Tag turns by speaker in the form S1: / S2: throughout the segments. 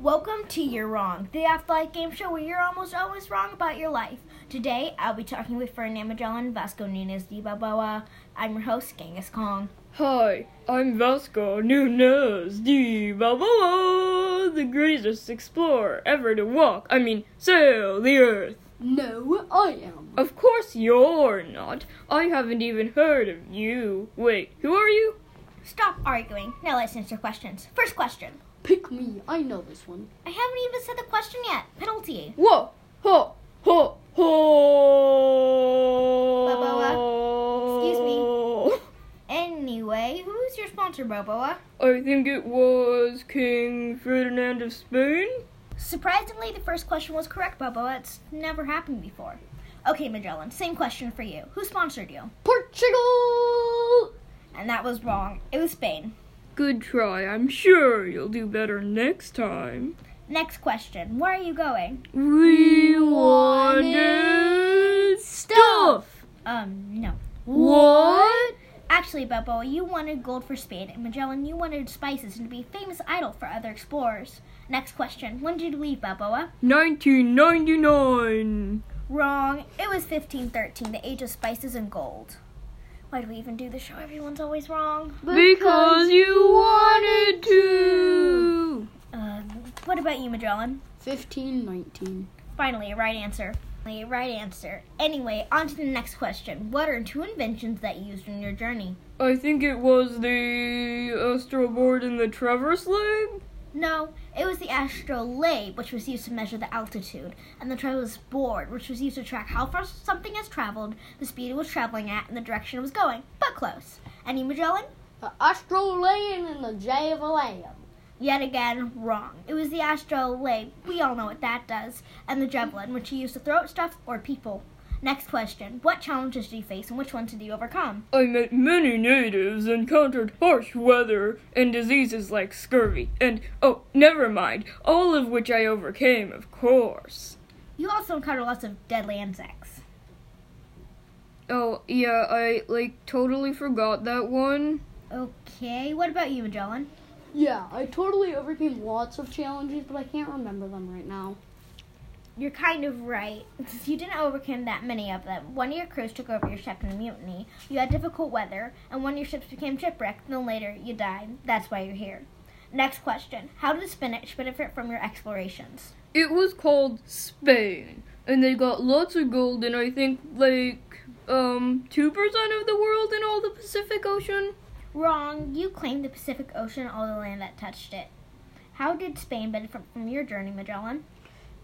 S1: Welcome to You're Wrong, the Afterlife Game Show where you're almost always wrong about your life. Today, I'll be talking with Ferdinand Magellan Vasco Nunez de Balboa. I'm your host, Genghis Kong.
S2: Hi, I'm Vasco Nunez de Balboa, the greatest explorer ever to walk, I mean, sail the earth.
S3: No, I am.
S2: Of course you're not. I haven't even heard of you. Wait, who are you?
S1: Stop arguing. Now let's answer questions. First question.
S3: Pick me. I know this one.
S1: I haven't even said the question yet. Penalty.
S2: Whoa, ho, ho,
S1: Balboa,
S2: ho. Excuse me.
S1: Anyway, who's your sponsor, Balboa?
S2: I think it was King Ferdinand of Spain.
S1: Surprisingly, the first question was correct, Balboa. It's never happened before. Okay, Magellan, same question for you. Who sponsored you?
S3: Portugal.
S1: And that was wrong. It was Spain.
S2: Good try. I'm sure you'll do better next time.
S1: Next question. Where are you going?
S2: We wanted stuff.
S1: Um, no.
S2: What?
S1: Actually, Balboa, you wanted gold for Spain, and Magellan, you wanted spices and to be a famous idol for other explorers. Next question. When did you leave, Balboa?
S2: 1999.
S1: Wrong. It was 1513, the age of spices and gold. Why do we even do the show? Everyone's always wrong.
S2: Because you wanted to.
S1: Uh, what about you, Magellan?
S3: Fifteen, nineteen.
S1: Finally, a right answer. Finally, a right answer. Anyway, on to the next question. What are two inventions that you used in your journey?
S2: I think it was the astro board and the traverse leg.
S1: No, it was the astrolabe, which was used to measure the altitude, and the traveler's board, which was used to track how far something has traveled, the speed it was traveling at, and the direction it was going, but close. Any Magellan?
S3: The Australian and the Javelin.
S1: Yet again, wrong. It was the astrolabe, we all know what that does, and the javelin, which you used to throw at stuff or people. Next question. What challenges did you face and which ones did you overcome?
S2: I met many natives, encountered harsh weather, and diseases like scurvy, and oh, never mind, all of which I overcame, of course.
S1: You also encountered lots of deadly insects.
S2: Oh, yeah, I like totally forgot that one.
S1: Okay, what about you, Magellan?
S3: Yeah, I totally overcame lots of challenges, but I can't remember them right now.
S1: You're kind of right. Since you didn't overcome that many of them, one of your crews took over your ship in a mutiny. You had difficult weather, and one of your ships became shipwrecked, and then later you died. That's why you're here. Next question How did spinach benefit from your explorations?
S2: It was called Spain, and they got lots of gold and I think like um 2% of the world in all the Pacific Ocean.
S1: Wrong. You claimed the Pacific Ocean, and all the land that touched it. How did Spain benefit from your journey, Magellan?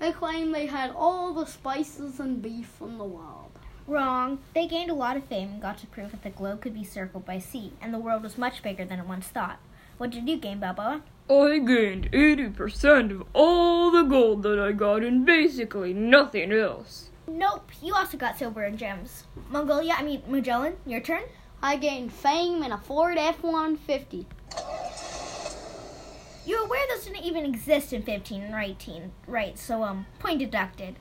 S3: They claim they had all the spices and beef in the world.
S1: Wrong. They gained a lot of fame and got to prove that the globe could be circled by sea, and the world was much bigger than it once thought. What did you gain, Balboa?
S2: I gained 80% of all the gold that I got and basically nothing else.
S1: Nope, you also got silver and gems. Mongolia, I mean Magellan, your turn.
S3: I gained fame and a Ford F-150.
S1: You're aware those didn't even exist in 15 or 18, right? So, um, point deducted.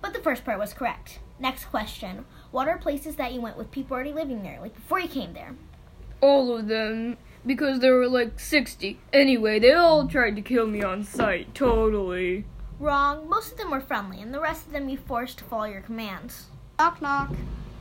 S1: But the first part was correct. Next question. What are places that you went with people already living there, like before you came there?
S2: All of them because there were like 60. Anyway, they all tried to kill me on sight, totally.
S1: Wrong. Most of them were friendly, and the rest of them you forced to follow your commands.
S3: Knock knock.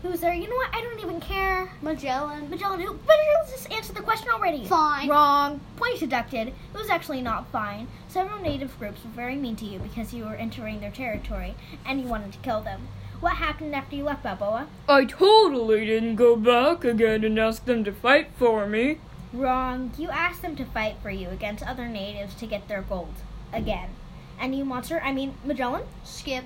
S1: Who's there? You know what? I don't even care.
S3: Magellan.
S1: Magellan, who? Magellan just answered the question already.
S3: Fine.
S1: Wrong. Point deducted. It was actually not fine. Several native groups were very mean to you because you were entering their territory and you wanted to kill them. What happened after you left Balboa?
S2: I totally didn't go back again and ask them to fight for me.
S1: Wrong. You asked them to fight for you against other natives to get their gold. Again. And you monster, I mean, Magellan?
S3: Skip.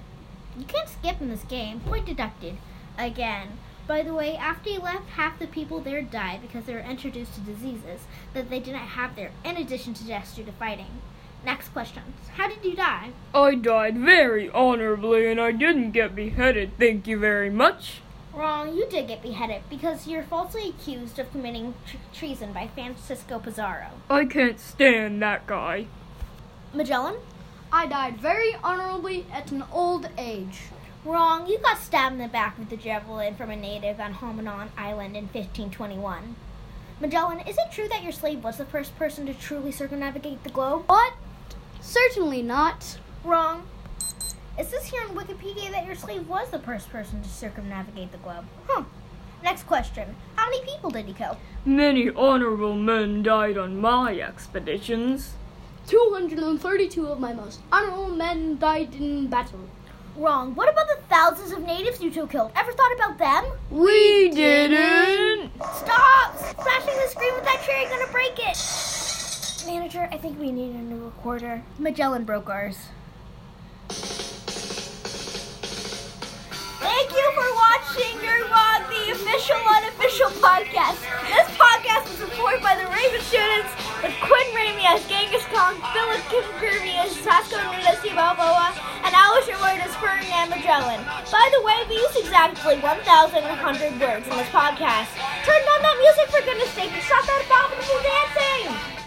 S1: You can't skip in this game. Point deducted. Again. By the way, after you left, half the people there died because they were introduced to diseases that they didn't have there, in addition to deaths due to fighting. Next question. How did you die?
S2: I died very honorably and I didn't get beheaded, thank you very much.
S1: Wrong, you did get beheaded because you're falsely accused of committing tr- treason by Francisco Pizarro.
S2: I can't stand that guy.
S1: Magellan?
S3: I died very honorably at an old age.
S1: Wrong, you got stabbed in the back with a javelin from a native on Homanon Island in 1521. Magellan, is it true that your slave was the first person to truly circumnavigate the globe?
S3: What? Certainly not.
S1: Wrong. It says here on Wikipedia that your slave was the first person to circumnavigate the globe. Huh. Next question. How many people did he kill?
S2: Many honorable men died on my expeditions.
S3: 232 of my most honorable men died in battle.
S1: Wrong. What about the thousands of natives you two killed? Ever thought about them?
S2: We didn't!
S1: Stop! Smashing the screen with that chair, you're gonna break it! Manager, I think we need a new recorder. Magellan broke ours. Thank you for watching Nerdwog, the official unofficial podcast. This podcast is supported by the Raven students with Quinn Ramey as Genghis Khan, Philip Kim Kirby as Tasco Nudesi Balboa, and Alice Ward as Ferdinand Magellan. By the way, we used exactly 1,100 words in this podcast. Turn down that music for goodness sake and stop that abominable dancing!